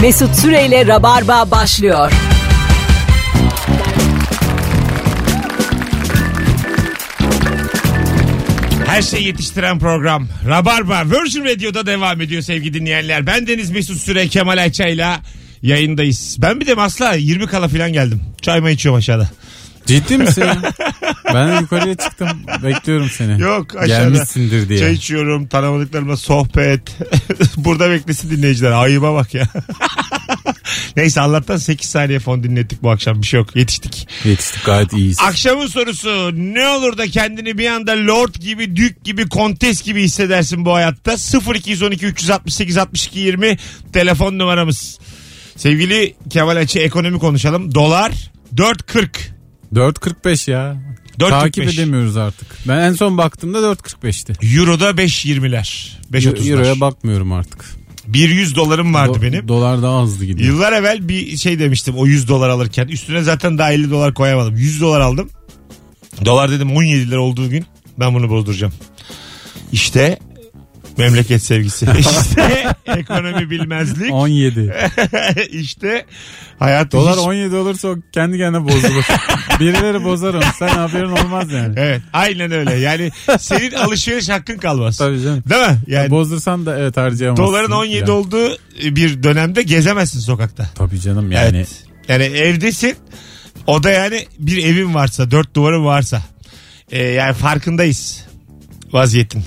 Mesut Süreyle Rabarba başlıyor. Her şeyi yetiştiren program Rabarba Virgin Radio'da devam ediyor sevgili dinleyenler. Ben Deniz Mesut Süre Kemal Ayça'yla yayındayız. Ben bir de asla 20 kala falan geldim. Çay mı içiyorum aşağıda? Ciddi misin ya? Ben yukarıya çıktım. Bekliyorum seni. Yok aşağıda. Şey, Gelmişsindir diye. Çay içiyorum, tanımadıklarımla sohbet. Burada beklesin dinleyiciler. Ayıba bak ya. Neyse Allah'tan 8 saniye fon dinlettik bu akşam. Bir şey yok. Yetiştik. Yetiştik gayet iyiyiz. Akşamın sorusu ne olur da kendini bir anda lord gibi, dük gibi, kontes gibi hissedersin bu hayatta? 0212 368 62 20 telefon numaramız. Sevgili Kemal Açı ekonomi konuşalım. Dolar 4.40. 4.45 ya. 4.45. Takip edemiyoruz artık. Ben en son baktığımda 4.45'ti. Euro'da 5.20'ler. Euro- 5.30'lar. Euro'ya bakmıyorum artık. 100 dolarım vardı Do- benim. Dolar daha hızlı gidiyor. Yıllar evvel bir şey demiştim o 100 dolar alırken. Üstüne zaten daha 50 dolar koyamadım. 100 dolar aldım. Dolar dedim 17 lira olduğu gün ben bunu bozduracağım. İşte memleket sevgisi. İşte ekonomi bilmezlik. 17. işte hayat Dolar hiç- 17 olursa o kendi kendine bozulur. Birileri bozar onu. Sen haberin olmaz yani. Evet aynen öyle. Yani senin alışveriş hakkın kalmaz. Tabii canım. Değil mi? Yani Bozdursan da evet harcayamazsın. doların 17 Yani. olduğu bir dönemde gezemezsin sokakta. Tabii canım yani. Evet. Yani evdesin. O da yani bir evin varsa, dört duvarın varsa. Ee, yani farkındayız vaziyetin.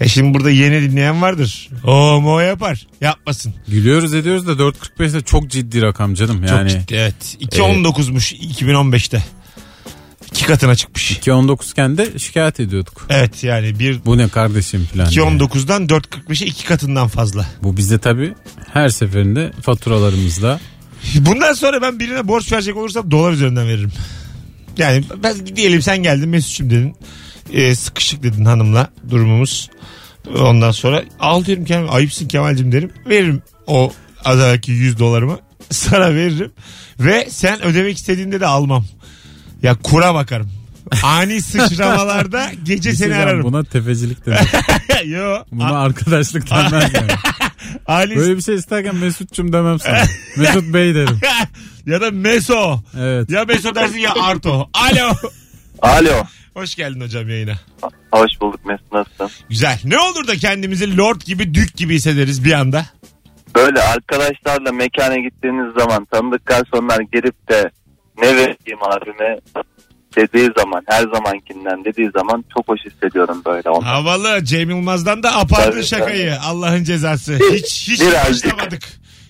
E şimdi burada yeni dinleyen vardır. O mo yapar. Yapmasın. Gülüyoruz ediyoruz da 4.45 de çok ciddi rakam canım yani. e, Çok ciddi evet. 2.19'muş 2015'te. İki katına çıkmış. 2.19 iken de şikayet ediyorduk. Evet yani bir Bu ne kardeşim falan. diye. 2.19'dan 4.45'e iki katından fazla. Bu bizde tabii her seferinde faturalarımızda. Bundan sonra ben birine borç verecek olursam dolar üzerinden veririm. Yani ben diyelim sen geldin Mesut'cum dedin. Ee, sıkışık dedin hanımla durumumuz. Ondan sonra al derim Kemal ayıpsın Kemal'cim derim. Veririm o azaki 100 dolarımı sana veririm. Ve sen ödemek istediğinde de almam. Ya kura bakarım. Ani sıçramalarda gece Bir şey seni diyeceğim, ararım. Buna tefecilik denir. Yo. Buna a- arkadaşlık denmez yani. ani Böyle bir şey isterken Mesut'cum demem sana. Mesut Bey derim. ya da meso. Evet. Ya meso dersin ya arto. Alo. Alo. Hoş geldin hocam yayına. Hoş bulduk Mesut nasılsın? Güzel. Ne olur da kendimizi lord gibi dük gibi hissederiz bir anda. Böyle arkadaşlarla mekana gittiğiniz zaman tanıdık garsonlar gelip de ne vereyim abime dediği zaman her zamankinden dediği zaman çok hoş hissediyorum böyle onu. Havalı. Cem Yılmaz'dan da apardın Tabii, şakayı. Allah'ın cezası. Hiç hiç Birazcık. yakıştıramadık.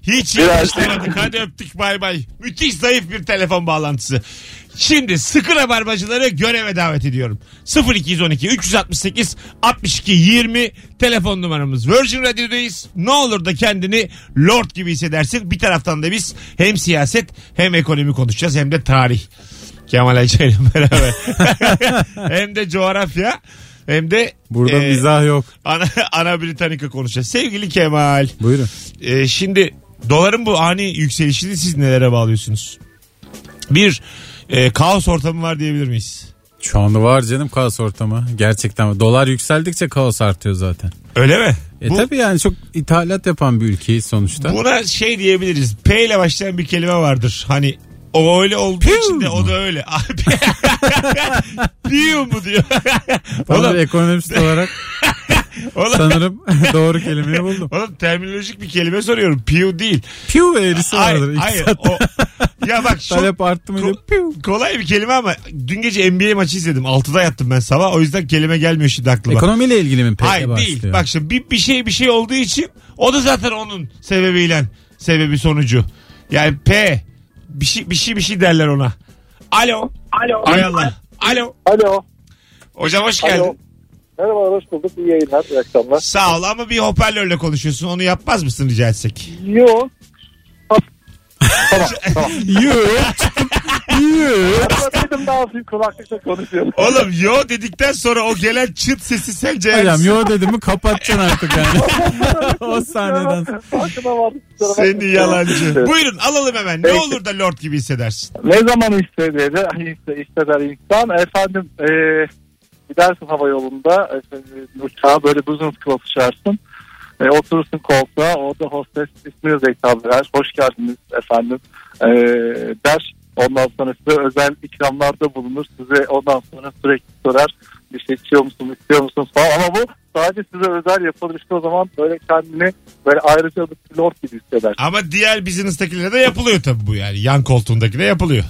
Hiç Birazcık. yakıştıramadık. Hadi öptük bay bay. Müthiş zayıf bir telefon bağlantısı. Şimdi sıkı rabarbacıları göreve davet ediyorum. 0212 368 62 20 telefon numaramız. Virgin Radio'dayız. Ne olur da kendini lord gibi hissedersin. Bir taraftan da biz hem siyaset hem ekonomi konuşacağız hem de tarih. Kemal Ayça ile beraber. hem de coğrafya hem de Burada e, mizah yok. ana, ana Britanika konuşacağız. Sevgili Kemal Buyurun. e, şimdi doların bu ani yükselişini siz nelere bağlıyorsunuz? Bir e, kaos ortamı var diyebilir miyiz? Şu anda var canım kaos ortamı. Gerçekten dolar yükseldikçe kaos artıyor zaten. Öyle mi? E Bu- tabii yani çok ithalat yapan bir ülkeyiz sonuçta. Buna şey diyebiliriz. P ile başlayan bir kelime vardır. Hani o öyle olduğu için de o da öyle. Abi. Piu mu diyor. Bana oğlum, bir ekonomist olarak oğlum, sanırım doğru kelimeyi buldum. oğlum terminolojik bir kelime soruyorum. Piu değil. Piu eğrisi vardır. Hayır, hayır. İki saat O, ya bak şu Talep arttı mı? Ko- kolay bir kelime ama dün gece NBA maçı izledim. 6'da yattım ben sabah. O yüzden kelime gelmiyor şimdi aklıma. Ekonomiyle ilgili mi peki Hayır başlıyor? değil. Bak şimdi bir, bir şey bir şey olduğu için o da zaten onun sebebiyle sebebi sonucu. Yani P bir şey bir şey bir şey derler ona. Alo. Alo. Ay Allah. Alo. Alo. Hocam hoş geldin. Alo. Merhabalar hoş bulduk. İyi yayınlar. iyi akşamlar. Sağ ol ama bir hoparlörle konuşuyorsun. Onu yapmaz mısın rica etsek? Yo. tamam. tamam. Yuh. Dedim daha hafif kulaklıkla konuşuyorum. Oğlum yo dedikten sonra o gelen çıt sesi sence Hocam yo dedi mi kapatacaksın artık yani. o sahneden. Farkına vardım. kusura bakma. seni yalancı. Evet. Buyurun alalım hemen. Ne Peki. olur da lord gibi hissedersin. Ne zaman hisseder, hisse- hisseder insan? Efendim e, gidersin hava yolunda e, uçağa böyle buzun sıkı uçarsın. E, oturursun koltuğa orada hostes isminize hitap eder. Hoş geldiniz efendim e, der. Ondan sonra size özel ikramlarda bulunur. Size ondan sonra sürekli sorar. Bir şey içiyor musunuz, istiyor musunuz falan. Ama bu sadece size özel yapılır. İşte o zaman böyle kendini böyle ayrıca bir lord gibi hisseder. Ama diğer business'takilere de yapılıyor tabii bu yani. Yan koltuğundaki de yapılıyor.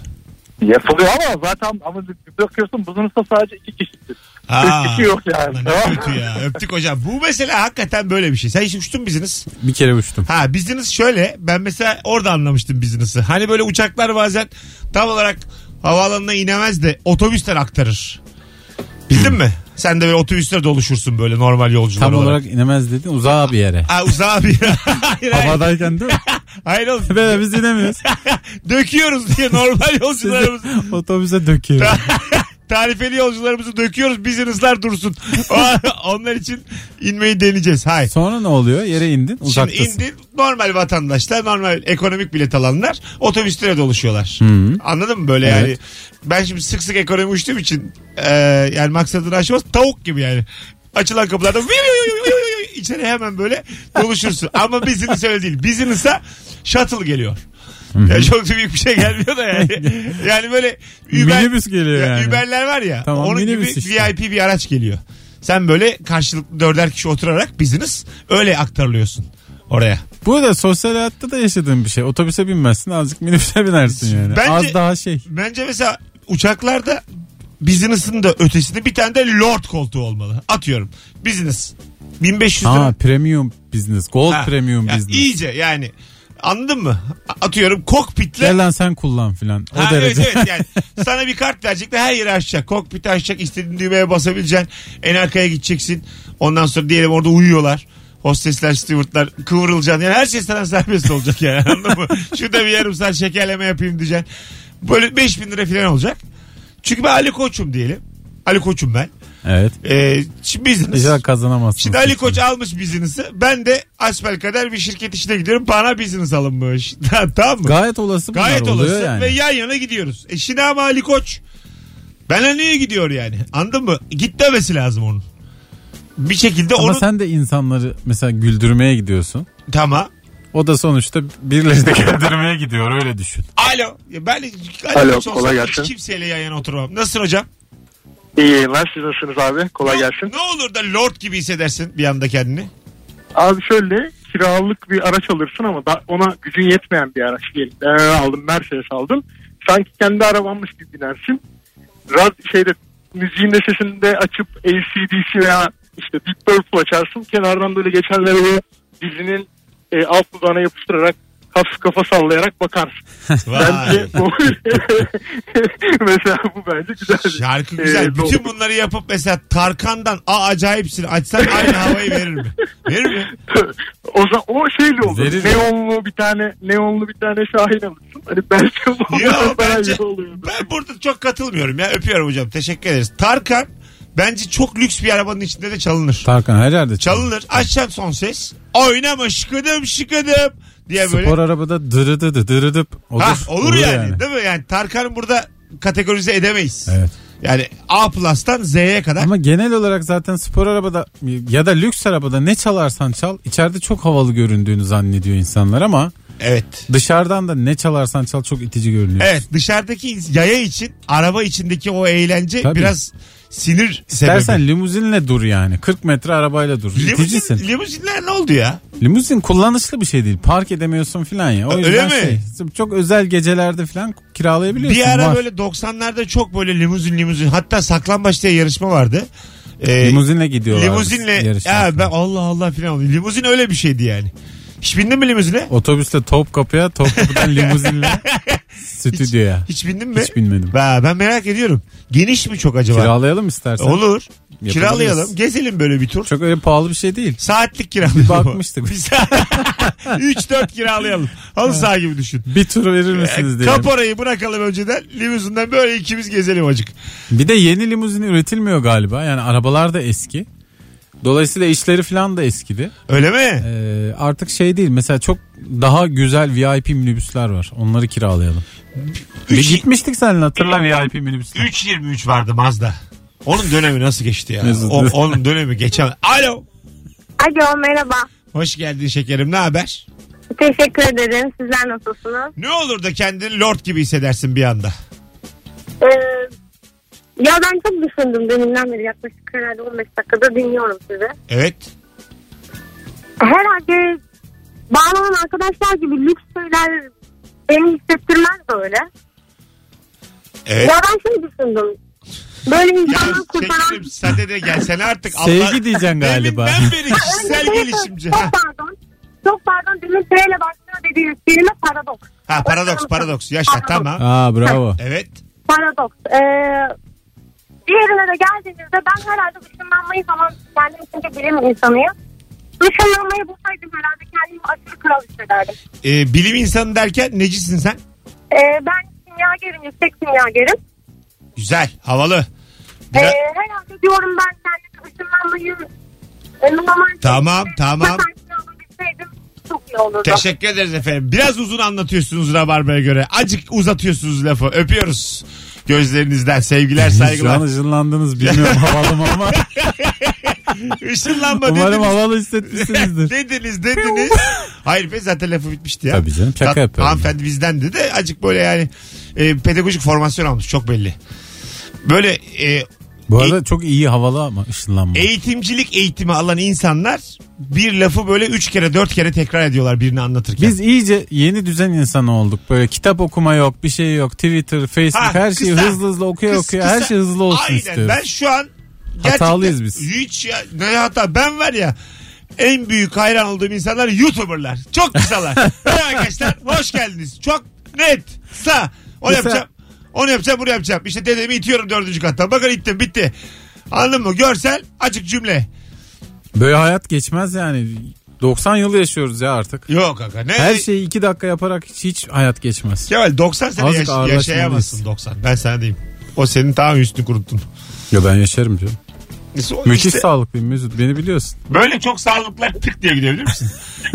Yapılıyor ama zaten ama bir bakıyorsun buzinizde sadece iki kişisiniz. Ha. Üç kişi yok yani. Ulan Ne kötü ya. Öptük hocam. Bu mesela hakikaten böyle bir şey. Sen hiç uçtun biziniz. Bir kere uçtum. Ha biziniz şöyle. Ben mesela orada anlamıştım biziniz'i. Hani böyle uçaklar bazen tam olarak havaalanına inemez de otobüsler aktarır. Bildin mi? Sen de böyle otobüsler doluşursun böyle normal yolcular Tam olarak inemez dedin uzağa bir yere. Ha uzağa bir hayır, hayır, Havadayken değil mi? hayır oğlum. Böyle biz inemiyoruz. Döküyoruz diye normal Siz yolcularımız. de otobüse döküyoruz. tarifeli yolcularımızı döküyoruz. Business'lar dursun. O- Onlar için inmeyi deneyeceğiz. Hay. Sonra ne oluyor? Yere indin Şimdi uzaktasın. indi normal vatandaşlar, normal ekonomik bilet alanlar otobüslere doluşuyorlar. Anladın mı böyle yani? Evet. Ben şimdi sık sık ekonomi uçtuğum için e, yani maksadını aşmaz tavuk gibi yani. Açılan kapılarda viyu, viyu, viyu, viyu, viyu, içeri hemen böyle doluşursun. Ama business öyle değil. Business'a shuttle geliyor. Ya çok da büyük bir şey gelmiyor da yani. Yani böyle Minibüs geliyor ya, yani. Uber'ler var ya. Tamam, onun gibi minibüs işte. VIP bir araç geliyor. Sen böyle karşılıklı dörder kişi oturarak business öyle aktarılıyorsun oraya. Bu da sosyal hayatta da yaşadığın bir şey. Otobüse binmezsin azıcık minibüse binersin yani. Bence- Az daha şey. Bence mesela uçaklarda business'ın da ötesinde bir tane de lord koltuğu olmalı. Atıyorum. Business. 1500 lira. Ha premium business. Gold Ha. premium Ya business. İyice yani. Anladın mı? Atıyorum kokpitle Gel lan sen kullan filan. O Ha, derece. Evet, evet yani sana bir kart verecekler her yeri açacak. Kokpiti açacak istediğin düğmeye basabileceksin. En arkaya gideceksin. Ondan sonra diyelim orada uyuyorlar. Hostesler, stewardlar kıvrılacaksın. Yani her şey sana serbest olacak yani anladın mı? Şurada bir yarım saat şekerleme yapayım diyeceksin. Böyle 5000 lira falan olacak. Çünkü ben Ali Koç'um diyelim. Ali Koç'um ben. evet. Ee, şimdi business. İnşallah kazanamazsın. Şimdi Ali Koç almış business'ı. Ben de asbelkader bir şirket işine gidiyorum. Bana business alınmış. tamam mı? Gayet olası bunlar Gayet oluyor olası yani. ve yan yana gidiyoruz. E şimdi ama Ali Koç Benenli'ye gidiyor yani. Anladın mı? Git demesi lazım onun. Bir şekilde Ama onun... sen de insanları mesela güldürmeye gidiyorsun. Tamam. O da sonuçta birileri de güldürmeye gidiyor öyle düşün. Alo. Ya ben Ali Alo, Koç olsam kolay hiç gelsin. kimseyle yan yana oturmam. Nasılsın hocam? İyi yayınlar. Siz nasılsınız abi? Kolay gelsin. Ne olur da lord gibi hissedersin bir anda kendini. Abi şöyle kiralık bir araç alırsın ama da ona gücün yetmeyen bir araç diyelim. Ben aldım Mercedes aldım. Sanki kendi arabanmış gibi binersin. Rad şeyde müziğin de sesini de açıp ACDC veya işte Deep Purple açarsın. Kenardan böyle geçenlere böyle dizinin e, alt dudağına yapıştırarak hafif kafa sallayarak bakarsın. Vay. Bence bu mesela bu bence güzel. Şarkı güzel. Ee, Bütün doğru. bunları yapıp mesela Tarkan'dan A acayipsin açsan aynı havayı verir mi? Verir mi? o zaman o şeyle olur. Verir ya. neonlu bir tane neonlu bir tane şahin alırsın. Hani bence bu Yo, daha bence, iyi oluyor. ben burada çok katılmıyorum ya. Öpüyorum hocam. Teşekkür ederiz. Tarkan bence çok lüks bir arabanın içinde de çalınır. Tarkan her yerde çalıyor. Çalınır. Açacağım son ses. Oynama şıkıdım şıkıdım diye böyle. Spor arabada dırıdı dı dırıdıp olur. ha, olur, yani, yani. Değil mi? Yani Tarkan'ı burada kategorize edemeyiz. Evet. Yani A plus'tan Z'ye kadar. Ama genel olarak zaten spor arabada ya da lüks arabada ne çalarsan çal içeride çok havalı göründüğünü zannediyor insanlar ama Evet. dışarıdan da ne çalarsan çal çok itici görünüyor. Evet dışarıdaki yaya için araba içindeki o eğlence Tabii. biraz sinir sebebi. Dersen limuzinle dur yani. 40 metre arabayla dur. İticisin. Limuzin, limuzinler ne oldu ya? Limuzin kullanışlı bir şey değil. Park edemiyorsun filan ya. O Öyle yüzden mi? şey, çok özel gecelerde filan kiralayabiliyorsun. Bir ara Var. böyle 90'larda çok böyle limuzin limuzin hatta saklambaç diye yarışma vardı. Ee, limuzinle gidiyorlar. limuzinle yarışmaya ya falan. ben Allah Allah filan oldu. Limuzin öyle bir şeydi yani. Hiç bindin mi limuzine? Otobüsle Topkapı'ya, Topkapı'dan limuzinle stüdyoya. Hiç bindin mi? Hiç binmedim. Ben, ben merak ediyorum. Geniş mi çok acaba? Kiralayalım istersen. Olur. Yapabiliriz. Kiralayalım. Gezelim böyle bir tur. Çok öyle pahalı bir şey değil. Saatlik kiralayalım. bakmıştık. 3-4 kiralayalım. Halı saha gibi düşün. Bir tur verir E, misiniz diye. Kaporayı bırakalım önceden. Limuzinden böyle ikimiz gezelim acık. Bir de yeni limuzin üretilmiyor galiba. Yani arabalar da eski. Dolayısıyla işleri falan da eskidi. Öyle mi? Ee, artık şey değil. Mesela çok daha güzel VIP minibüsler var. Onları kiralayalım. Bir Üç- gitmiştik seninle hatırla VIP minibüsler. 3.23 vardı Mazda. Onun dönemi nasıl geçti ya? Mesut. O- onun dönemi geçen. Alo. Alo merhaba. Hoş geldin şekerim. Ne haber? Teşekkür ederim. Sizler nasılsınız? Ne olur da kendini lord gibi hissedersin bir anda. Ee, ya ben çok düşündüm deminden beri yaklaşık herhalde 15 dakikada dinliyorum sizi. Evet. Herhalde bağlanan arkadaşlar gibi lüks şeyler beni hissettirmez böyle. Evet. Ya ben şey düşündüm. Böyle Ya insanları kurtaran... şekerim sen de de gelsene artık. Sevgi diyeceksin galiba. Deminden beri Önce kişisel şey- gelişimci. Ha, Çok pardon. Çok pardon demin T'yle başlıyor dediğiniz kelime paradoks. ha paradoks paradoks. Yaşa Paradoks. tamam. Aa bravo. Evet. Paradoks. Ee, diğerine de geldiğinizde ben herhalde ışınlanmayı falan kendim için de bilim insanıyım. Işınlanmayı bulsaydım herhalde kendimi aşırı kral hissederdim. Ee, bilim insanı derken necisin sen? Ee, ben kimyagerim, yüksek kimyagerim. Güzel, havalı. Ee, Bira- herhalde diyorum ben kendim ışınlanmayı e, normal- Tamam, tamam. Zaten alabilseydim çok iyi olurdu. Teşekkür ederiz efendim. Biraz uzun anlatıyorsunuz Rabarba'ya göre. Acık uzatıyorsunuz lafı. Öpüyoruz. Gözlerinizden sevgiler, Şu an saygılar. ışınlandınız bilmiyorum havalı mı ama Işınlanma umarım dediniz. havalı hissetmişsinizdir. dediniz, dediniz. Hayır be zaten lafı bitmişti ya. Tabii canım, şaka Tat- yapıyorum. Hanımefendi bizdendi de acık böyle yani e, pedagojik formasyon almış çok belli. Böyle e, Bu arada çok iyi havalı ama ışınlanma. eğitimcilik eğitimi alan insanlar bir lafı böyle üç kere dört kere tekrar ediyorlar birini anlatırken. Biz iyice yeni düzen insanı olduk. Böyle kitap okuma yok, bir şey yok. Twitter, Facebook Ha, her şeyi kısa. hızlı hızlı okuya Kıs- okuya kısa- her şey hızlı olsun Aynen. istiyoruz. Ben şu an Hatalıyız gerçekten- biz. Hiç ya, ne hata ben var ya en büyük hayran olduğum insanlar YouTuber'lar. Çok kısalar. Merhaba arkadaşlar hoş geldiniz. Çok net. Sa. Onu Kısa. yapacağım. Onu yapacağım bunu yapacağım. İşte dedemi itiyorum dördüncü kattan. Bakın ittim bitti. Anladın mı? Görsel açık cümle. Böyle hayat geçmez yani. 90 yıl yaşıyoruz ya artık. Yok kanka. Ne? Her şey- şeyi 2 dakika yaparak hiç, hiç hayat geçmez. Kemal 90 sene Azıcık yaş- ağırlaşmalıyız. yaşayamazsın 90. Ben sana diyeyim. O senin tamam üstünü kuruttun. Ya ben yaşarım canım. İşte o- Müthiş işte sağlıklıyım Mesut beni biliyorsun. Böyle çok sağlıklar tık diye gidebilir misin?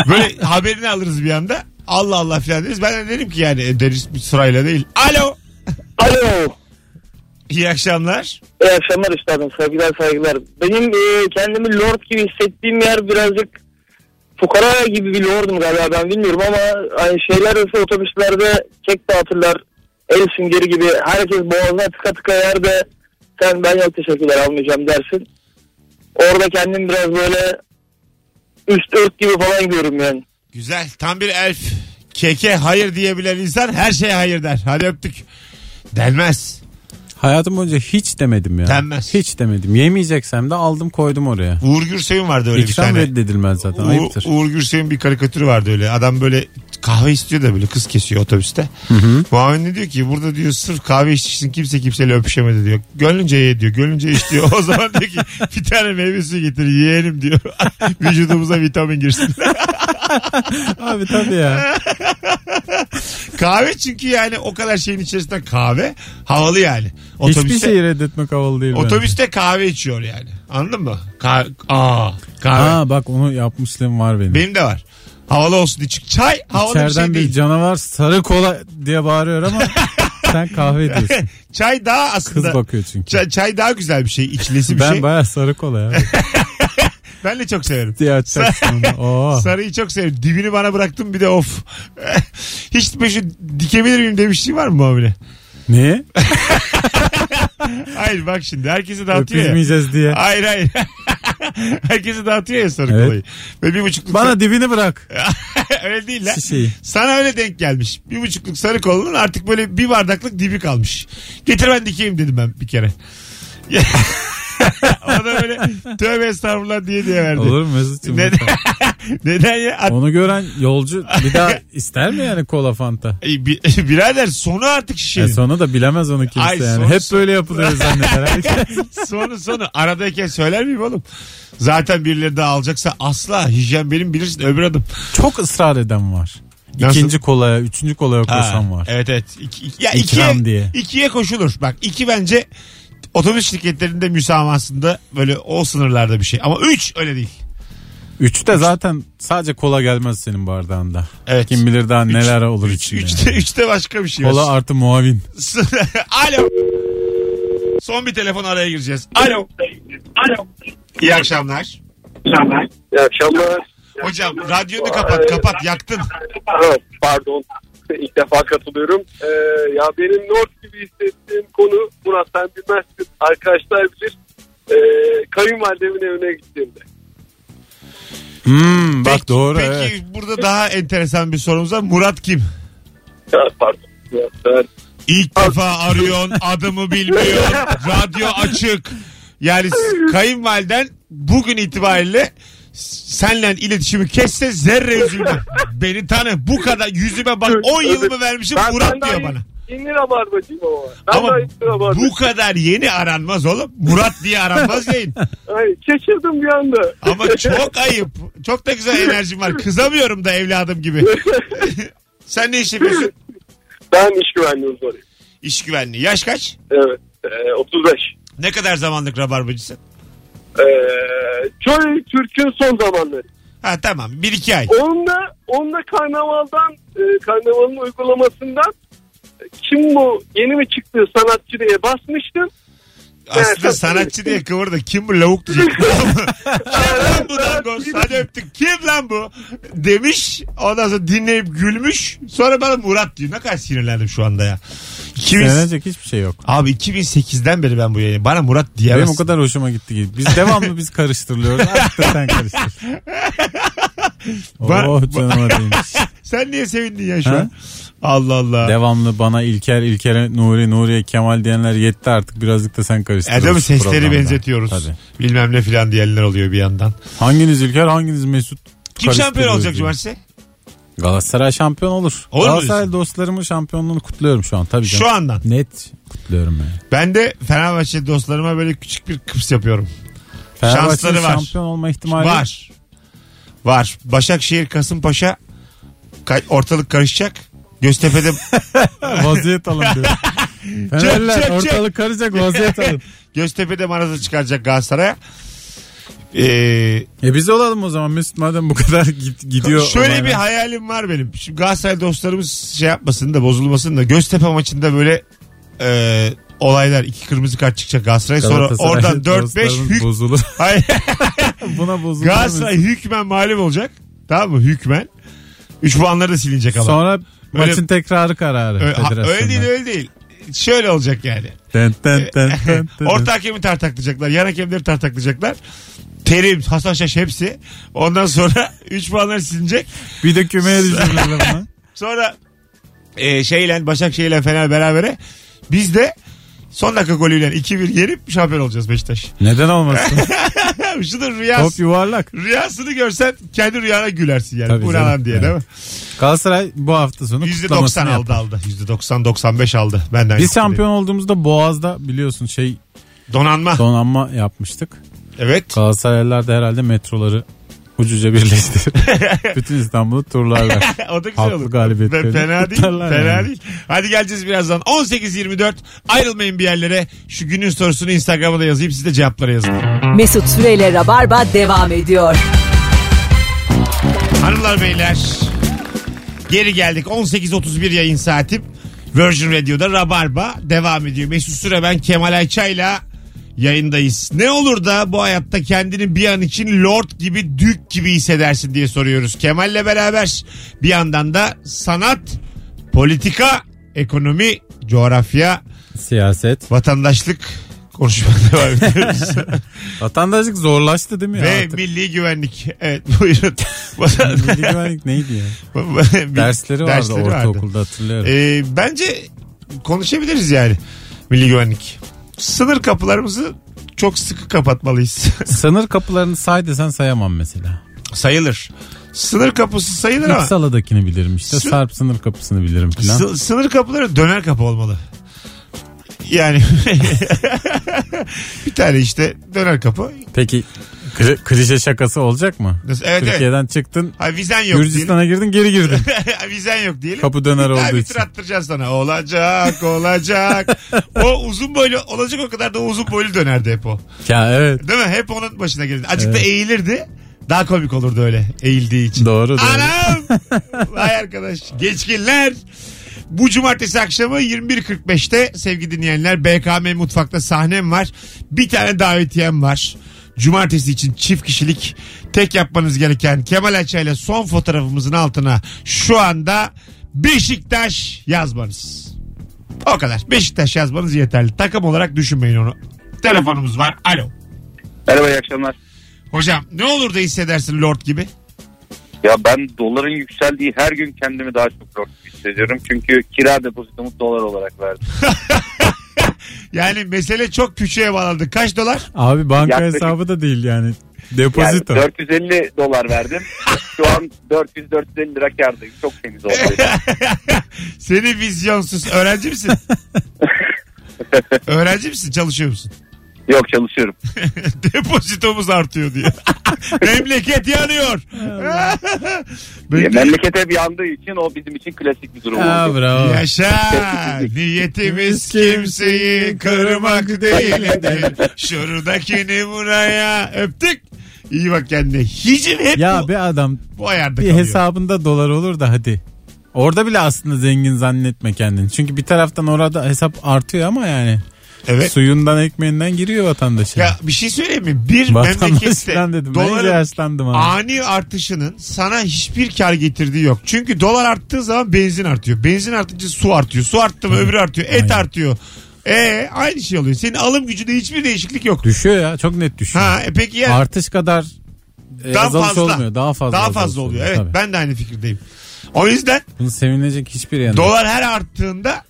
Böyle haberini alırız bir anda. Allah Allah filan deriz. Ben de derim ki yani e, deriz bir sırayla değil. Alo. Alo. İyi akşamlar. İyi akşamlar üstadım. Sevgiler saygılar. Benim e, kendimi lord gibi hissettiğim yer birazcık fukara gibi bir lordum galiba ben bilmiyorum ama hani şeyler arası otobüslerde kek dağıtırlar. El süngeri gibi herkes boğazına tıka tıka yer de sen ben yok teşekkürler almayacağım dersin. Orada kendim biraz böyle üst ört gibi falan görüyorum yani. Güzel. Tam bir elf. Keke hayır diyebilen insan her şeye hayır der. Hadi öptük. Delmez. Hayatım boyunca hiç demedim ya. Denmez. Hiç demedim. Yemeyeceksem de aldım koydum oraya. Uğur Gürsev'in vardı öyle bir İkram tane. reddedilmez zaten U- ayıptır. Uğur Gürsev'in bir karikatürü vardı öyle. Adam böyle kahve istiyor da böyle kız kesiyor otobüste. Muavin de diyor ki burada diyor sırf kahve içsin kimse kimseyle öpüşemedi diyor. Gönlünce ye diyor. Gönlünce iç diyor. O zaman diyor ki bir tane meyve suyu getir yiyelim diyor. Vücudumuza vitamin girsin. Abi tabii ya. kahve çünkü yani o kadar şeyin içerisinde kahve havalı yani. Hiçbir şey Otobüste, şeyi reddetmek havalı değil. bence. otobüste kahve içiyor yani. Anladın mı? Ka- Aa, kahve. Aa bak onu yapmışlığım var benim. Benim de var. Havalı olsun diye. Çünkü Çay havalı bir İçeriden şey bir, değil. canavar sarı kola diye bağırıyor ama sen kahve diyorsun. Çay daha Kız aslında. bakıyor çünkü. Çay, çay daha güzel bir şey. içlisi bir ben şey. baya sarı kola ya. Ben de çok severim. diye açacaksın onu. Oo. Sarıyı çok severim. Dibini bana bıraktın bir de of. Hiç böyle şu dikebilir miyim demişliği var mı muamele? Ne? Hayır bak şimdi herkesi dağıtıyor ya. Öpülmeyeceğiz diye. Hayır hayır. herkesi dağıtıyor ya sarı Evet. kolayı. Böyle bir buçukluk. Bana dibini bırak öyle değil lan. şişeyi. Sana öyle denk gelmiş. Bir buçukluk sarı kolunun artık böyle bir bardaklık dibi kalmış. Getir ben dikeyim dedim ben bir kere. o da böyle tövbe estağfurullah diye diye verdi. Olur mu Mesut'cum? Neden? Neden ya? At- Onu gören yolcu bir daha ister mi yani kola fanta? Ay, bi- birader sonu artık şey. şişenin. E sonra da bilemez onu kimse Ay, yani. son- Hep böyle yapılıyor zanneder. herkes. sonu sonu. Aradayken söyler miyim oğlum? Zaten birileri daha alacaksa asla hijyen benim bilirsin öbür adım. Çok ısrar eden var. Nasıl? İkinci kolaya, üçüncü kolaya koşan var. Evet evet. İki, iki- ya İkram ikiye, diye. ikiye koşulur. Bak iki bence otobüs şirketlerinde müsamahasında böyle o sınırlarda bir şey. Ama üç öyle değil. Üçte zaten sadece kola gelmez senin bardağında. Evet. Kim bilir daha Üç- neler olur üç- içinde. Üçte, üçte başka bir şey. Kola artı muavin. Alo. Son bir telefon araya gireceğiz. Alo. Alo. İyi akşamlar. İyi akşamlar. Hocam radyonu kapat kapat yaktın. Ha, Pardon. İlk defa katılıyorum. Ee, ya benim North gibi hissettiğim konu Murat sen bilmezsin. Arkadaşlar bilir. Ee, kayınvalidemin evine gittiğimde. Hmm, bak doğru. Peki evet. burada daha enteresan bir sorumuz var. Murat kim? Ya, pardon. Ya, ben- İlk defa arıyorsun adımı bilmiyor. radyo açık. Yani s- kayınvaliden bugün itibariyle s- senle iletişimi kesse zerre üzülmem. Beni tanı. Bu kadar yüzüme bak 10 yılımı vermişim Murat daha diyor iyi- bana. İndir abarbacıyım ama. Ben Ama daha indir abarbacıyım. bu kadar yeni aranmaz oğlum. Murat diye aranmaz yayın. Ay, şaşırdım bir anda. Ama çok ayıp. Çok da güzel enerjim var. Kızamıyorum da evladım gibi. Sen ne iş yapıyorsun? ben iş güvenliği uzmanıyım. İş güvenliği. Yaş kaç? Evet. Ee, 35. Ne kadar zamanlık rabarbacısın? Ee, Joy Türk'ün son zamanları. Ha tamam. Bir iki ay. Onda, onda karnavaldan, e, karnavalın uygulamasından e, kim bu yeni mi çıktı sanatçı diye basmıştım. Aslında Evet, sanatçı evet. diye kıvırdı. Kim bu lavuk diyecek. kim lan bu dangoz? Hadi öptük. Kim lan bu? Demiş. Ondan sonra dinleyip gülmüş. Sonra bana Murat diyor. Ne kadar sinirlendim şu anda ya. 2000... Denenecek hiçbir şey yok. Abi 2008'den beri ben bu yayını. Bana Murat diyemez. Benim o kadar hoşuma gitti ki. Biz devamlı biz karıştırılıyoruz. Artık da sen karıştır. Ba- oh canıma değmiş. Sen niye sevindin ya şu Ha? an? Allah Allah. Devamlı bana İlker, İlker'e, Nuri, Nuri'ye, Kemal diyenler yetti artık. Birazcık da sen karıştır. Adamın sesleri benzetiyoruz. Tabii. Bilmem ne filan diyenler oluyor bir yandan. Hanginiz İlker, hanginiz Mesut? Kim şampiyon Karıştırıyoruz olacak diye. cumartesi? Galatasaray şampiyon olur. Olur mu Galatasaray diyorsun? dostlarımın şampiyonluğunu kutluyorum şu an tabii Şu canım. andan. Net kutluyorum yani. Ben de Fenerbahçe dostlarıma böyle küçük bir kıps yapıyorum. Fenerbahçe'nin Şansları var. şampiyon olma ihtimali Var. Var. Başakşehir, Kasımpaşa kay- ortalık karışacak. Göztepe'de vaziyet alın diyor. Çek, Fenerler çek, çek. ortalık karışacak vaziyet alın. Göztepe'de maraza çıkaracak Galatasaray'a. Ee, E biz olalım o zaman Mesut madem bu kadar git, gidiyor. şöyle olaylar. bir hayalim var benim. Şimdi Galatasaray dostlarımız şey yapmasın da bozulmasın da Göztepe maçında böyle e, olaylar iki kırmızı kart çıkacak Galatasaray sonra Galatasaray oradan 4-5 dostlarımız hük- bozulur. Hayır. Buna bozulur. Galatasaray hükmen mağlup olacak. Tamam mı? Hükmen. 3 puanları da silinecek ama. Sonra Öyle- maçın tekrarı kararı. Ö- ha- federasyondan. öyle değil öyle değil. Şöyle olacak yani. Ten, ten, ten, ten, ten. e, Orta hakemi tartaklayacaklar. Yan hakemleri tartaklayacaklar. Terim, Hasan Şaş hepsi. Ondan sonra 3 puanlar silinecek. Bir de kümeye düşürürler bunu. Sonra e, şeyle Başakşehir'le Fener berabere. Biz de son dakika golüyle 2-1 yenip şampiyon olacağız Beşiktaş. Neden olmasın? Şunun rüyası. Top yuvarlak. Rüyasını görsen kendi rüyana gülersin yani. Tabii Bu ne canım. lan diye değil mi? Evet. Galatasaray bu hafta sonu %90 kutlamasını aldı yaptı. aldı. %90-95 aldı. Benden Biz şampiyon olduğumuzda Boğaz'da biliyorsun şey Donanma. donanma yapmıştık. evet. Galatasaraylılar da herhalde metroları ucuca birleştirip bütün İstanbul'u turlarlar. o da güzel Haklı olur. galibiyetleri Ve Fena değil. kutlarlar Fena yani. değil. Hadi geleceğiz birazdan. 18.24 ayrılmayın bir yerlere. Şu günün sorusunu Instagram'a da yazayım. Siz de cevaplara yazın. Mesut Süreyle Rabarba devam ediyor. Hanımlar beyler. Geri geldik. 18.31 yayın saatim. Virgin Radio'da Rabarba devam ediyor. Mesut Süre ben Kemal Ayça'yla yayındayız. Ne olur da bu hayatta kendini bir an için lord gibi, dük gibi hissedersin diye soruyoruz. Kemal'le beraber bir yandan da sanat, politika, ekonomi, coğrafya, Siyaset. vatandaşlık konuşmaya devam ediyoruz. Vatandaşlık zorlaştı değil mi ya Ve artık? milli güvenlik. Evet buyurun. Milli güvenlik neydi ya? Bir- Dersleri vardı dersleri vardı. ortaokulda hatırlıyorum. Ee, bence konuşabiliriz yani milli güvenlik. Sınır kapılarımızı çok sıkı kapatmalıyız. Sınır kapılarını say desen sayamam mesela. sayılır. Sınır kapısı sayılır İlk ama saladakini bilirim işte. Sı- Sarp sınır kapısını bilirim filan. sı- sınır kapıları döner kapı olmalı. Yani bir tane işte döner kapı. Peki kli- klişe şakası olacak mı? Nasıl- Evet evet. Türkiye'den çıktın Ha, vizen yok diyelim. Gürcistan'a girdin geri girdin. vizen yok diyelim. Kapı döner bir olduğu daha bir için. tır attıracağız sana. Olacak olacak. o uzun boylu olacak o kadar da uzun boylu dönerdi hep o. Ya evet Değil mi? Hep onun başına gelirdi. Azıcık da eğilirdi. Daha komik olurdu öyle eğildiği için. doğru doğru. Anam! Vay arkadaş. Geçkinler. Bu cumartesi akşamı 21.45'te sevgili dinleyenler BKM Mutfak'ta sahnem var. Bir tane davetiyem var. Cumartesi için çift kişilik tek yapmanız gereken Kemal Ayça ile son fotoğrafımızın altına şu anda Beşiktaş yazmanız. O kadar. Beşiktaş yazmanız yeterli. Takım olarak düşünmeyin onu. Telefonumuz var. Alo. Merhaba iyi akşamlar. Hocam ne olur da hissedersin Lord gibi. Ya ben doların yükseldiği her gün kendimi daha çok zor hissediyorum. Çünkü kira depozitomu dolar olarak verdim. Yani mesele çok küçüğe bağlandı. Kaç dolar? Abi banka Yaklaşık- hesabı da değil yani. Yani Depozito. 450 dolar verdim. Şu an 400-450 lira kârdayım. Çok temiz oldu. Seni vizyonsuz. Öğrenci misin? Öğrenci misin? Çalışıyor musun? Yok çalışıyorum. Depozitomuz artıyor diye. Memleket yanıyor. Ya, Memleket- memleket hep yandığı için o bizim için klasik bir durum Ha, oldu. bravo. Yaşa niyetimiz kimseyi kırmak değildi. Şuradakini buraya öptük. İyi bak kendine. Hicim hep Ya bu, bir adam bu ayarda bir kalıyor. hesabında dolar olur da hadi. Orada bile aslında zengin zannetme kendini. Çünkü bir taraftan orada hesap artıyor ama yani Evet. suyundan ekmeğinden giriyor vatandaşa. Ya bir şey söyleyeyim mi? Bir memlekette Vatandaştan dedim. Ben iyice doların yaşlandım abi. ani artışının sana hiçbir kar getirdiği yok. Çünkü dolar arttığı zaman benzin artıyor. Benzin artınca su artıyor. Su arttı mı öbürü artıyor. Et Aynen. artıyor. E aynı şey oluyor. Senin alım gücünde hiçbir değişiklik yok. Düşüyor ya çok net düşüyor. Ha e peki ya Artış kadar e, Daha azalış fazla. olmuyor. Daha fazla daha azalış fazla oluyor. Evet tabii. ben de aynı fikirdeyim. O yüzden Bunu sevinecek hiçbir yanı. yok. dolar her arttığında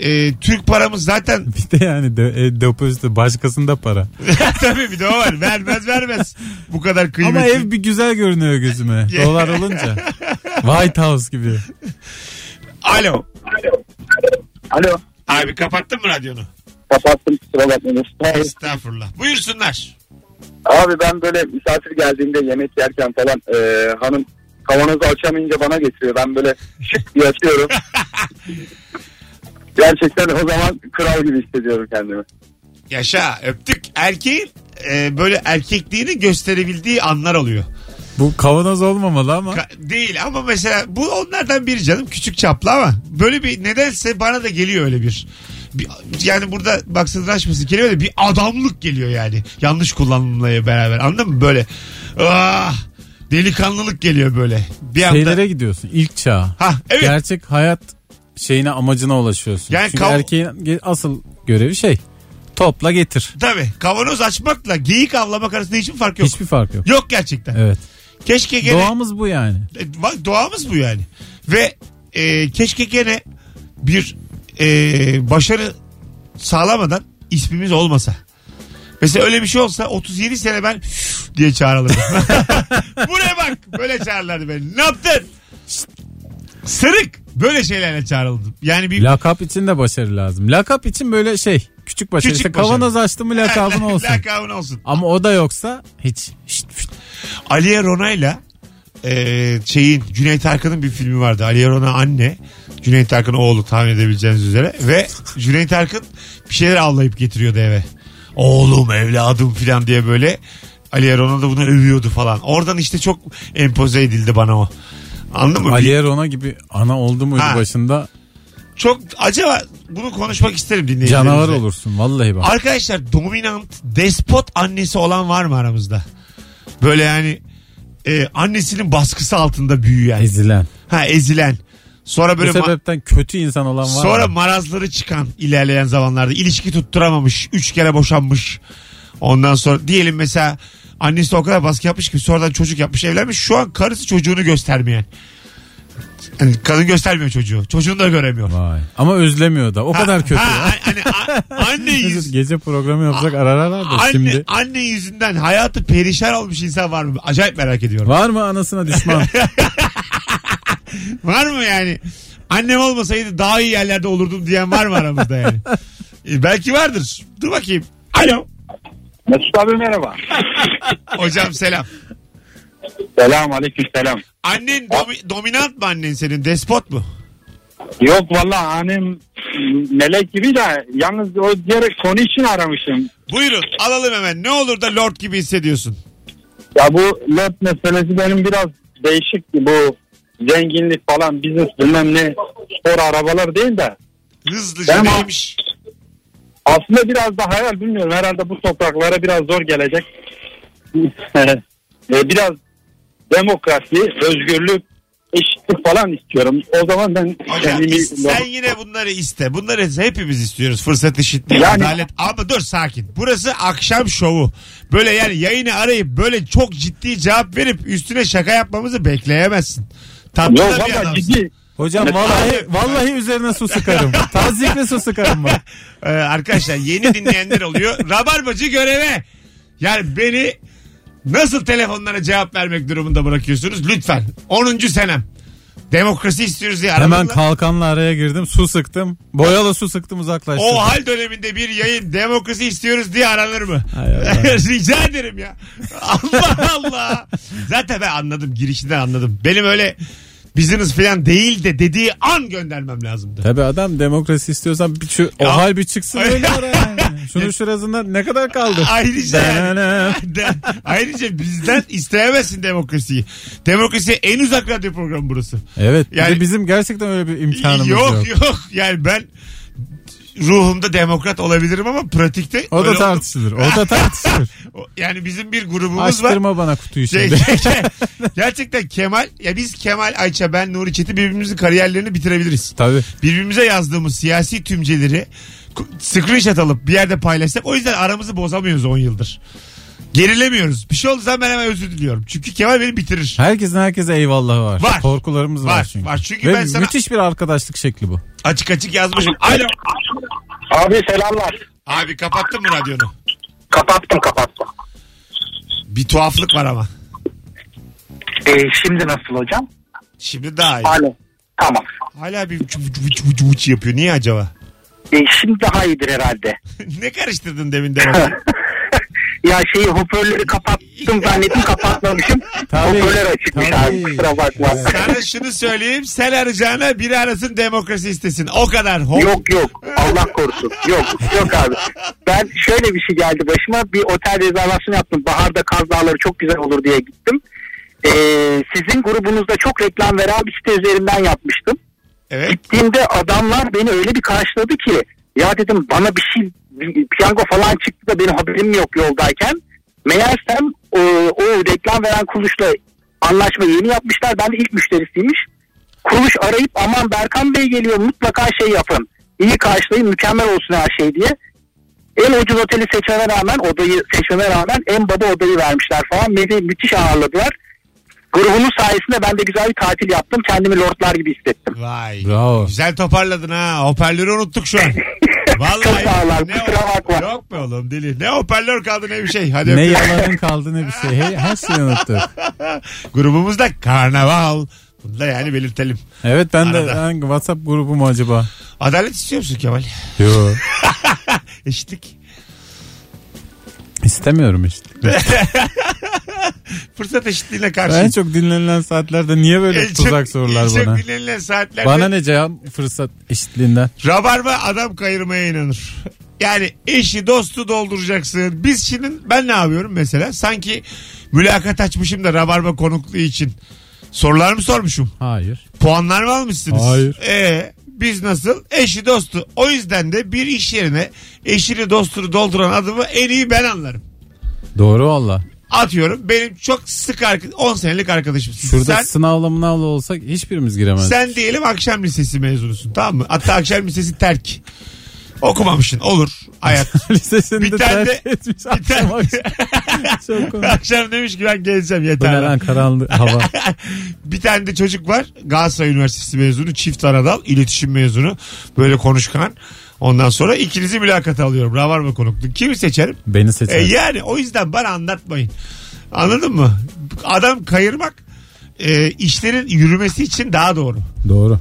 e, Türk paramız zaten Bir de yani de, e, depozito başkasında para. tabii bir de o var. Vermez vermez. Bu kadar kıymetli. Ama ev bir güzel görünüyor gözüme. Dolar olunca. White House gibi. Alo. Alo. Abi kapattın mı radyonu? Kapattım kusura bakmayın. Estağfurullah. Buyursunlar. Abi ben böyle misafir geldiğimde yemek yerken falan e, hanım kavanozu açamayınca bana getiriyor. Ben böyle şık diye açıyorum. Gerçekten o zaman kral gibi hissediyorum kendimi. Yaşa öptük. Erkeğin e, böyle erkekliğini gösterebildiği anlar oluyor. Bu kavanoz olmamalı ama. Ka- değil ama mesela bu onlardan biri canım küçük çaplı ama böyle bir nedense bana da geliyor öyle bir. bir yani burada baksanız açmasın kelime de bir adamlık geliyor yani. Yanlış kullanımla beraber anladın mı böyle ah, delikanlılık geliyor böyle. Bir anda. Şeylere gidiyorsun ilk çağa. Ha evet. Gerçek hayat şeyine amacına ulaşıyorsun. Yani Çünkü kav- erkeğin ge- asıl görevi şey. Topla getir. Tabii kavanoz açmakla geyik avlamak arasında hiçbir fark yok. Hiçbir fark yok. Yok gerçekten. Evet. Keşke gene Doğamız bu yani. E, bak doğamız bu yani. Ve e, keşke gene bir e, başarı sağlamadan ismimiz olmasa. Mesela öyle bir şey olsa 37 sene ben diye çağrılırdım. Buraya bak böyle çağırırlardı beni. Ne yaptın? Sırık böyle şeylerle çağrıldım. Yani bir Lakap için de başarı lazım. Lakap için böyle şey küçük başarı. Küçük İşte başarı. kavanoz açtı mı lakabın olsun. lakabın olsun. Ama o da yoksa hiç. Şşt, şşt. Aliye Rona'yla e, şeyin Cüneyt Arkın'ın bir filmi vardı. Aliye Rona anne, Cüneyt Arkın oğlu tahmin edebileceğiniz üzere ve Cüneyt Arkın bir şeyler avlayıp getiriyordu eve. Oğlum, evladım falan diye böyle Aliye Rona da bunu övüyordu falan. Oradan işte çok empoze edildi bana o. Anladın mı? Aliye Rona gibi ana oldu muydu Ha. başında Çok acaba bunu konuşmak isterim dinleyicilerimize. canavar olursun vallahi bak. Arkadaşlar dominant, despot annesi olan var mı aramızda? Böyle yani e, annesinin baskısı altında büyüyen. Ezilen. Ha ezilen. Sonra Bu böyle ma- sebepten kötü insan olan var. sonra mı? marazları çıkan ilerleyen zamanlarda ilişki tutturamamış, üç kere boşanmış. Ondan sonra diyelim mesela annesi de o kadar baskı yapmış ki sonradan çocuk yapmış, evlenmiş. Şu an karısı çocuğunu göstermeyen. Yani kadın göstermiyor çocuğu. Çocuğunu da göremiyor. Vay. Ama özlemiyor da. O kadar kötü Ha, ya. ha, hani a- anne yüz- Biz Gece programı yapsak ararlar da anne, şimdi. anne yüzünden hayatı perişan olmuş insan var mı? Acayip merak ediyorum. Var mı anasına düşman? Var mı yani? Annem olmasaydı daha iyi yerlerde olurdum diyen var mı aramızda yani? E, belki vardır. Dur bakayım. Alo. Mesut abi merhaba. Hocam selam. Selam aleyküm selam. Annen domi- dominant mı annen senin? Despot mu? Yok valla annem melek gibi de yalnız o diğer konu için aramışım. Buyurun alalım hemen. Ne olur da lord gibi hissediyorsun. Ya bu lot meselesi benim biraz değişikti bu zenginlik falan business bilmem ne spor arabalar değil de Hızlıca Tamam. neymiş? aslında biraz da hayal bilmiyorum herhalde bu topraklara biraz zor gelecek. e, biraz demokrasi, özgürlük, eşitlik falan istiyorum. O zaman ben Hocam kendimi... is- sen yine bunları iste. Bunları hepimiz istiyoruz. Fırsat eşitliği, Yani- adalet. Ama dur sakin. Burası akşam şovu. Böyle yani yayını arayıp böyle çok ciddi cevap verip üstüne şaka yapmamızı bekleyemezsin. Tatlı Yok da bir valla adamsın. ciddi. Hocam vallahi vallahi üzerine su sıkarım. Tazikle su sıkarım ben. Ee, arkadaşlar yeni dinleyenler oluyor. Rabarbacı göreve. Yani beni nasıl telefonlara cevap vermek durumunda bırakıyorsunuz? Lütfen. 10. senem. Demokrasi istiyoruz diye Hemen aramızda- kalkanla araya girdim. Su sıktım. Boyalı su sıktım uzaklaştım. O hal döneminde bir yayın demokrasi istiyoruz diye aranır mı? Hay Allah. Rica ederim ya. Allah Allah. Zaten ben anladım girişinden anladım. Benim öyle biziniz falan değil de dediği an göndermem lazımdı. Tabii adam demokrasi istiyorsan bir şu, o Ya. hal bir çıksın öyle ara yani. Şunun şurasında ne kadar kaldı? Ayrıca yani, Da-na-na. ayrıca bizden isteyemezsin demokrasiyi. Demokrasi en uzak radyo programı burası. Evet. bir de Yani- bizim gerçekten öyle bir imkanımız yok. Yok yok yani ben ruhumda demokrat olabilirim ama pratikte O öyle da olmam. tartışılır. O da tartışılır. O- Yani bizim bir grubumuz var. Açtırma bana kutuyu Şey, şimdi. gerçekten Kemal ya biz Kemal Ayça ben Nuri Çetin birbirimizin kariyerlerini bitirebiliriz. Tabii. Birbirimize yazdığımız siyasi tümceleri ku- screenshot alıp bir yerde paylaşsak o yüzden aramızı bozamıyoruz 10 yıldır. Gerilemiyoruz. Bir şey oldu zaman ben hemen özür diliyorum. Çünkü Kemal beni bitirir. Herkesin herkese eyvallahı var. Var. Korkularımız var, Var, çünkü. var. Çünkü Ve ben sana- müthiş bir arkadaşlık şekli bu. Açık açık yazmışım. Alo. Abi selamlar. Abi kapattın mı radyonu? Kapattım kapattım. Bir tuhaflık var ama. E, şimdi nasıl hocam? Şimdi daha iyi. Alo. Tamam. Hala bir vıç vıç vıç vıç vıç yapıyor. Niye acaba? E, şimdi daha iyidir herhalde. ne karıştırdın demin demokrasi? ya şeyi hoparlörü kapattım zannettim kapatmamışım. Tabii. Hoparlör açıkmış Tabii. abi kusura bakma. Sana şunu söyleyeyim. Sen arayacağına biri arasın demokrasi istesin. O kadar. Hop. Yok yok Allah korusun. Yok yok abi. Ben şöyle bir şey geldi başıma. Bir otel rezervasyonu yaptım. Baharda Kaz Dağları çok güzel olur diye gittim. Ee, sizin grubunuzda çok reklam veren bir site üzerinden yapmıştım. Evet. Gittiğimde adamlar beni öyle bir karşıladı ki ya dedim bana bir şey bir piyango falan çıktı da benim haberim yok yoldayken. Meğersem o, o reklam veren kuruluşla anlaşma yeni yapmışlar. Ben de ilk müşterisiymiş. Kuruluş arayıp aman Berkan Bey geliyor mutlaka şey yapın. İyi karşılayın mükemmel olsun her şey diye. En ucuz oteli seçmeme rağmen odayı seçmeme rağmen en baba odayı vermişler falan. Beni müthiş ağırladılar. Grubunun sayesinde ben de güzel bir tatil yaptım. Kendimi lordlar gibi hissettim. Vay. Bravo. Güzel toparladın ha. Hoparlörü unuttuk şu an. Çok sağ Vallahi. olun, kusura bakma. Yok be oğlum deli. Ne hoparlör kaldı ne bir şey. Hadi ne öpüyorum. yalanın kaldı ne bir şey. Hey, her şeyi unuttuk. Grubumuzda karnaval. Bunu da yani belirtelim. Evet ben de Arada. hangi WhatsApp grubu mu acaba? Adalet istiyor musun Kemal? Yok. Eşitlik. İstemiyorum işte. Fırsat eşitliğine karşı. Ben en şey çok dinlenilen saatlerde niye böyle En E, çok- tuzak sorular en bana? Çok dinlenilen saatlerde. Bana ne cevap fırsat eşitliğinden? Rabarba adam kayırmaya inanır. Yani eşi dostu dolduracaksın. Biz şimdi ben ne yapıyorum mesela? Sanki mülakat açmışım da rabarba konukluğu için. Sorular mı sormuşum? Hayır. Puanlar mı almışsınız? Hayır. Ee, biz nasıl? Eşi dostu. O yüzden de bir iş yerine eşini dostunu dolduran adımı en iyi ben anlarım. Doğru valla. Atıyorum benim çok sık arka- 10 senelik arkadaşım. Şurada Sen- sınavla mınavla olsak hiçbirimiz giremez. Sen diyelim akşam lisesi mezunusun tamam mı? Hatta akşam lisesi terk. Okumamışsın olur hayat. Lisesini Bir de tane terk de- etmiş. bir tane- akşam Çok komik. akşam demiş ki ben geleceğim Bu ne yeter. lan lan. karanlık hava. Bir tane de çocuk var Galatasaray Üniversitesi mezunu çift anadal iletişim mezunu böyle konuşkan. Ondan sonra ikinizi mülakata alıyorum. Rabarba konuklu. Kimi seçerim? Beni E seçer. yani o yüzden bana anlatmayın. Anladın mı? Adam kayırmak e, işlerin yürümesi için daha doğru. Doğru.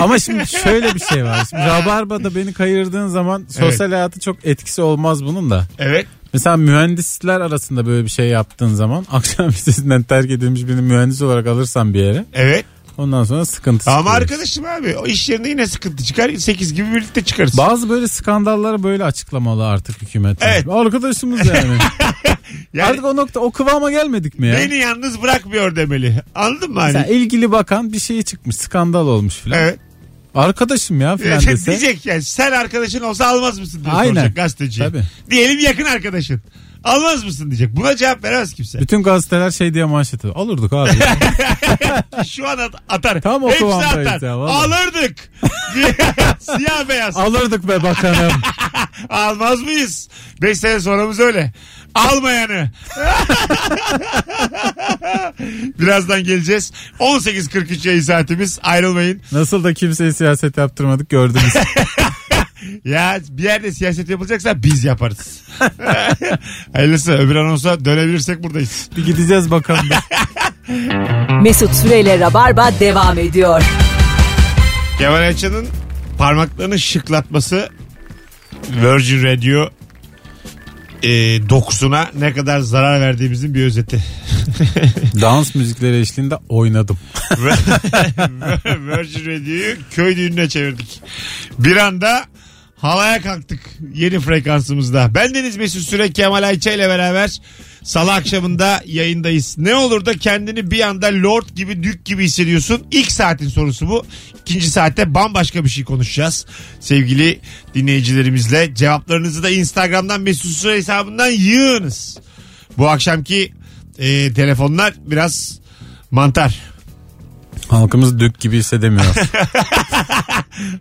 Ama şimdi şöyle bir şey var. Şimdi Rabarba'da beni kayırdığın zaman sosyal hayatı çok etkisi olmaz bunun da. Evet. Mesela mühendisler arasında böyle bir şey yaptığın zaman akşam lisesinden terk edilmiş birini mühendis olarak alırsan bir yere Evet. ondan sonra sıkıntı Ama çıkıyor. arkadaşım abi o iş yerinde yine sıkıntı çıkar. 8 gibi birlikte çıkarız. Bazı böyle skandalları böyle açıklamalı artık hükümet. Evet. Arkadaşımız yani. yani Artık o nokta o kıvama gelmedik mi ya? beni yalnız bırakmıyor demeli. Anladın mı hani? Mesela ilgili bakan bir şey çıkmış skandal olmuş filan. Evet. Arkadaşım ya filan dese. diyecek yani sen arkadaşın olsa almaz mısın diye Aynen. soracak gazeteciye. Tabii. Diyelim yakın arkadaşın. Almaz mısın diyecek. Buna cevap veremez kimse. Bütün gazeteler şey diye manşet atıyor. Alırdık abi. Şu an at- atar. Tam o Hepsi kıvamdayız atar. ya, vallahi. Alırdık. Siyah beyaz. Alırdık be bakanım. Almaz mıyız? 5 sene sonramız öyle. Almayanı. Birazdan geleceğiz. 18.43 yayın saatimiz. Ayrılmayın. Nasıl da kimseye siyaset yaptırmadık gördünüz. Ya bir yerde siyaset yapılacaksa biz yaparız. Hayırlısı öbür anonsa dönebilirsek buradayız. Bir gideceğiz bakalım. Mesut Süreyle Rabarba devam ediyor. Kemal Ayça'nın parmaklarını şıklatması Virgin Radio e, dokusuna ne kadar zarar verdiğimizin bir özeti. Dans müzikleri eşliğinde oynadım. Virgin Radio'yu köy düğününe çevirdik. Bir anda halaya kalktık yeni frekansımızda. Ben Deniz Mesut Süre Kemal Ayça ile beraber salı akşamında yayındayız. Ne olur da kendini bir anda lord gibi dük gibi hissediyorsun. İlk saatin sorusu bu. İkinci saatte bambaşka bir şey konuşacağız. Sevgili dinleyicilerimizle cevaplarınızı da Instagram'dan Mesut Süre hesabından yığınız. Bu akşamki e, telefonlar biraz mantar. Halkımız dük gibi hissedemiyor.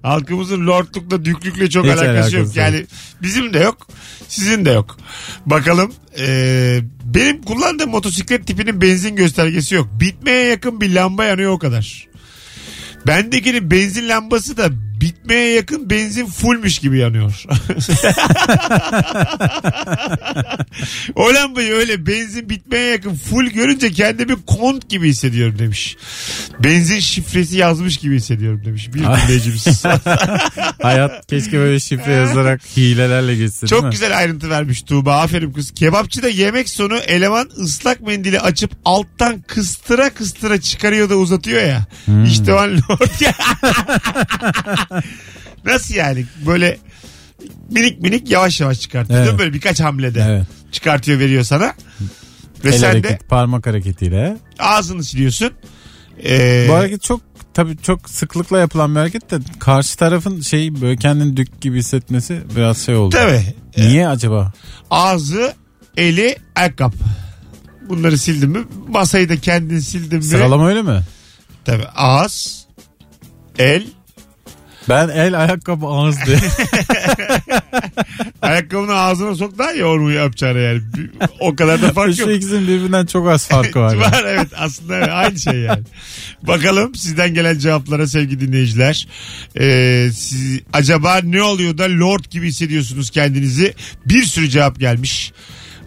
Halkımızın lordlukla, düklükle çok Hiç alakası, alakası yok. yok. Yani bizim de yok, sizin de yok. Bakalım. eee, benim kullandığım motosiklet tipinin benzin göstergesi yok. Bitmeye yakın bir lamba yanıyor o kadar. Bendekinin benzin lambası da bitmeye yakın benzin fullmüş gibi yanıyor. o lambayı öyle benzin bitmeye yakın full görünce kendimi kont gibi hissediyorum demiş. Benzin şifresi yazmış gibi hissediyorum demiş. Bir dinleyicimiz. Hayat keşke böyle şifre yazarak hilelerle geçse değil Çok mi? güzel ayrıntı vermiş Tuğba. Aferin kız. Kebapçı da yemek sonu eleman ıslak mendili açıp alttan kıstıra kıstıra çıkarıyor da uzatıyor ya. Hmm. İşte o an lord ya. Nasıl yani? Böyle minik minik yavaş yavaş çıkartıyor. değil mi? Evet. Böyle birkaç hamlede Evet. çıkartıyor veriyor sana. Ve El sen de hareketi, parmak hareketiyle. ağzını siliyorsun. Ee, Bu hareket çok tabii çok sıklıkla yapılan bir hareket de karşı tarafın şey böyle kendini dük gibi hissetmesi biraz şey oldu. tabii. Niye acaba? Ağzı, eli, ayakkabı. Bunları sildin mi? Masayı da kendin sildin mi? Sıralama öyle mi? Tabii ağız, el, Ben el ayakkabı ağız diye. ayakkabını ağzına sok daha ya ormuyu yapacağına yani. Bir- O kadar da fark Şu yok. ikisinin birbirinden çok az farkı var. yani. Var evet aslında evet, aynı şey yani. Bakalım sizden gelen cevaplara sevgili dinleyiciler. Ee, siz, acaba ne oluyor da lord gibi hissediyorsunuz kendinizi? Bir sürü cevap gelmiş.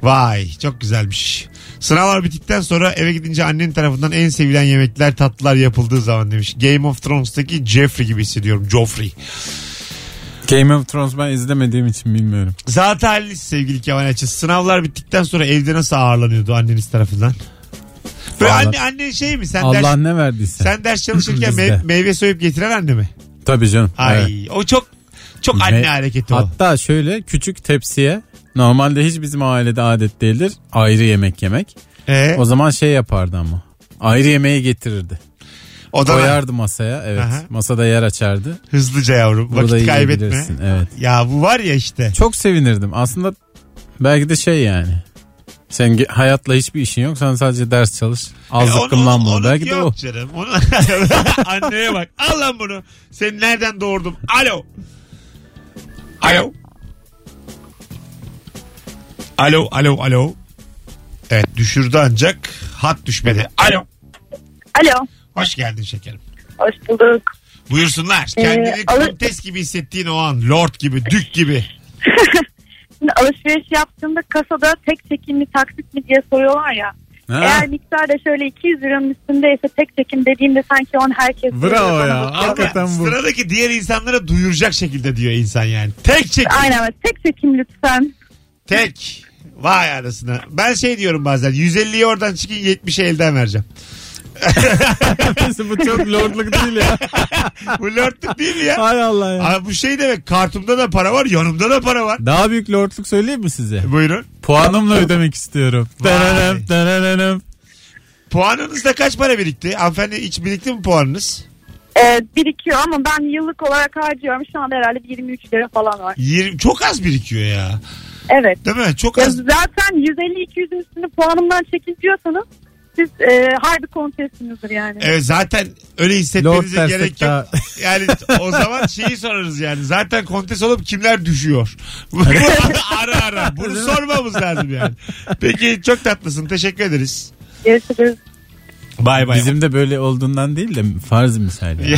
Vay çok güzelmiş. Sınavlar bittikten sonra eve gidince annenin tarafından en sevilen yemekler tatlılar yapıldığı zaman demiş. Game of Thrones'taki Jeffrey gibi hissediyorum. Joffrey. Game of Thrones ben izlemediğim için bilmiyorum. Zaten haliniz sevgili Kemal Ayça. Sınavlar bittikten sonra evde nasıl ağırlanıyordu anneniz tarafından? Böyle Vallahi- anne, anne şey mi? Sen Allah ders, ne verdiyse. sen ders çalışırken Bizde. me- meyve soyup getiren anne mi? Tabii canım. Ay Evet. o çok çok anne Me- hareketi o. Hatta şöyle küçük tepsiye normalde hiç bizim ailede adet değildir ayrı yemek yemek. Ee, O zaman şey yapardı ama ayrı yemeği getirirdi. o da Koyardı masaya evet Aha. masada yer açardı. hızlıca yavrum Burada vakit kaybetme. yiyebilirsin, evet. Ya bu var ya işte. Çok sevinirdim aslında belki de şey yani. Sen ge- hayatla hiçbir işin yok. Sen sadece ders çalış. Az E, onu- zıkkımlanma. onu- Belki de yok o. canım. Onu, anneye bak. Al lan bunu. Seni nereden doğurdum? Alo. Alo. Alo, alo, alo. Evet düşürdü ancak hat düşmedi. Alo. Alo. Hoş geldin şekerim. Hoş bulduk. Buyursunlar. Kendini alır- kontes gibi hissettiğin o an. Lord gibi, dük gibi. Şimdi alışveriş yaptığımda kasada tek çekim mi taksit mi diye soruyorlar ya. Ha? Eğer miktar da şöyle 200 liranın üstündeyse tek çekim dediğimde sanki on herkes... Bravo ya. Ama Hakikaten bu. Sıradaki diğer insanlara duyuracak şekilde diyor insan yani. Tek çekim. Aynen evet. tek çekim lütfen. Tek. Vay anasına. Ben şey diyorum bazen 150'yi oradan çıkın 70'i elden vereceğim. bu çok lordluk değil ya. Bu lörtlük değil mi ya? Hay Allah ya. Aa, bu şey demek kartımda da para var yanımda da para var. Daha büyük lordluk söyleyeyim mi size? Buyurun. Puanımla ödemek istiyorum. Vay. Denenem, denenem. Puanınızda kaç para birikti? Hanımefendi hiç birikti mi puanınız? Ee, birikiyor ama ben yıllık olarak harcıyorum. Şu anda herhalde bir 23 lira falan var. 20, çok az birikiyor ya. Evet. Değil mi? Çok Ya az. zaten 150-200'ün üstünde puanımdan çekil diyorsanız siz e, harbi kontestinizdir yani. E- Evet, zaten öyle Lord hissetmenize dersek gerek yok. daha. Yani o zaman şeyi sorarız yani. Zaten kontes olup kimler düşüyor? ara ara. Bunu sormamız lazım yani. Peki çok tatlısın. Teşekkür ederiz. Görüşürüz. Bay bay. Bizim de böyle olduğundan değil de farz misal. yani.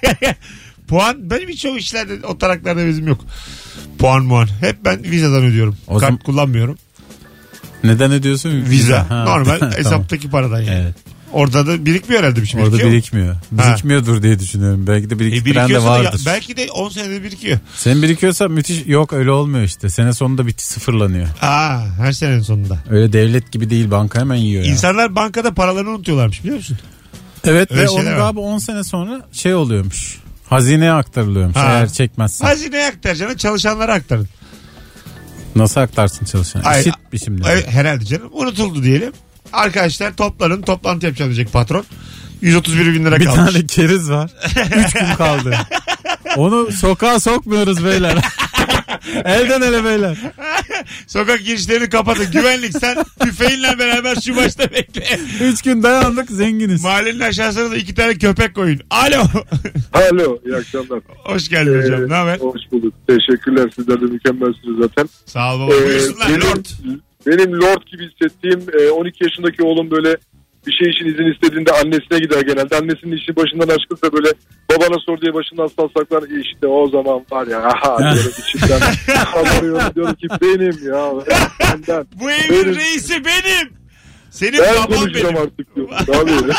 Puan benim hiç o işlerde o taraklarda bizim yok. Puan puan. Hep ben vizadan ödüyorum. O Kart zaman- kullanmıyorum. Neden ödüyorsun? Viza. Ha. Normal Tamam. hesaptaki paradan yani. Evet. Orada da birikmiyor herhalde bir şey. Orada birikiyor mu? birikmiyor. Birikmiyordur diye düşünüyorum. Belki de E, biriktiren de birikiyorsa da ya- vardır. belki de 10 senede birikiyor. Senin birikiyorsa müthiş yok öyle olmuyor işte. Sene sonunda bit sıfırlanıyor. Aa, her senenin sonunda. Öyle devlet gibi değil banka hemen yiyor ya. İnsanlar bankada paralarını unutuyorlarmış biliyor musun? evet Öyle ve onu şeyler var. galiba 10 sene sonra şey oluyormuş. Hazineye aktarılıyormuş Ha. eğer çekmezsen. Hazineye aktaracaksın çalışanlara aktarın. Nasıl aktarsın çalışan? Ay- İşit bir şimdi. Evet, herhalde canım. Unutuldu diyelim. Arkadaşlar toplanın toplantı yapacağım diyecek patron. 131 bin lira Bir kalmış. tane keriz var. 3 gün kaldı. Onu sokağa sokmuyoruz beyler. Elden ele beyler. Sokak girişlerini kapatın. Güvenlik sen tüfeğinle beraber şu başta bekle. 3 gün dayandık zenginiz. Mahallenin aşağısına da iki tane köpek koyun. Alo. Alo iyi akşamlar. E, Hoş geldin hocam. Ne haber? Hoş bulduk. Teşekkürler. Sizler de mükemmelsiniz zaten. Sağ ol baba. Buyursunlar. Ee, benim, Lord. benim Lord gibi hissettiğim e, 12 yaşındaki oğlum böyle bir şey için izin istediğinde annesine gider genelde. Annesinin işi başından aşkınsa böyle babana sor diye başından salsaklar işte o zaman var ya aha diyorum içimden kabarıyorum diyorum ki benim ya benden. Bu evin Benim. reisi benim. Senin Ben baban konuşacağım benim. artık diyorum. Abi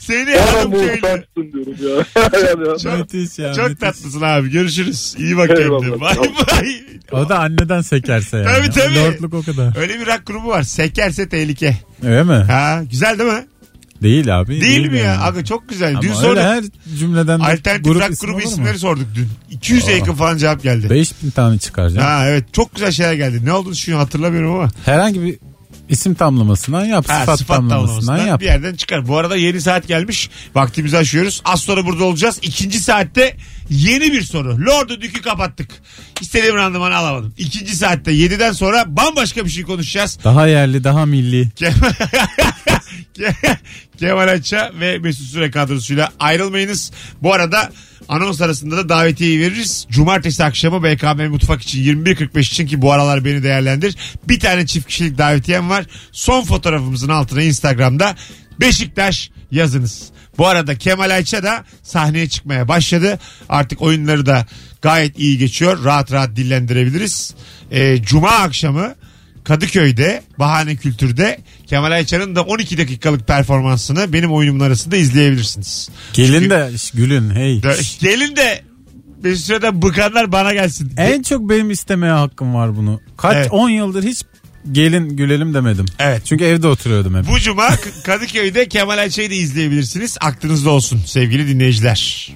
Seni bana hanım köylü. muhtaçsın diyorum ya. yani, ya. Çok, Müthiş ya. çok müthiş. tatlısın abi. Görüşürüz. İyi bak Eyvallah. kendine. Bay bay. O da anneden sekerse yani. Tabii, tabii. Lordluk o kadar. Öyle bir rock grubu var. Sekerse tehlike. Öyle mi? Ha, güzel değil mi? E, Değil abi. Değil, mi ya? Aga çok güzel. Ama dün öyle sorduk. her cümleden Alternatif grup rock ismi grubu olur mu? isimleri sorduk dün. 200'e Aa. yakın falan cevap geldi. 5000 tane çıkar canım. Ha evet çok güzel şeyler geldi. Ne olduğunu şu an hatırlamıyorum ama. Herhangi bir isim tamlamasından yap, Ha, sıfat, tamlamasından tamlamasından yap. bir yerden çıkar. Bu arada yeni saat gelmiş. Vaktimizi aşıyoruz. Az sonra burada olacağız. İkinci saatte yeni bir soru. Lord'u dükü kapattık. İstediğim randımanı alamadım. İkinci saatte 7'den sonra bambaşka bir şey konuşacağız. Daha yerli, daha milli. Kemal, Ke- Kemal Ayça ve Mesut Süre kadrosuyla ayrılmayınız. Bu arada anons arasında da davetiyeyi veririz. Cumartesi akşamı BKM Mutfak için 21.45 için ki bu aralar beni değerlendir. Bir tane çift kişilik davetiyem var. Son fotoğrafımızın altına Instagram'da Beşiktaş yazınız. Bu arada Kemal Ayça da sahneye çıkmaya başladı. Artık oyunları da gayet iyi geçiyor. Rahat rahat dillendirebiliriz. Ee, Cuma akşamı Kadıköy'de Bahane Kültür'de Kemal Ayça'nın da 12 dakikalık performansını benim oyunumun arasında izleyebilirsiniz. Gelin Çünkü- de şş, gülün hey. De- gelin de Mesut Süre'den bıkanlar bana gelsin. En çok benim istemeye hakkım var bunu. Evet. Kaç 10 yıldır hiç gelin gülelim demedim. Evet. Çünkü evde oturuyordum hep. Bu cuma Kadıköy'de Kemal Ayça'yı da izleyebilirsiniz. Aklınızda olsun sevgili dinleyiciler.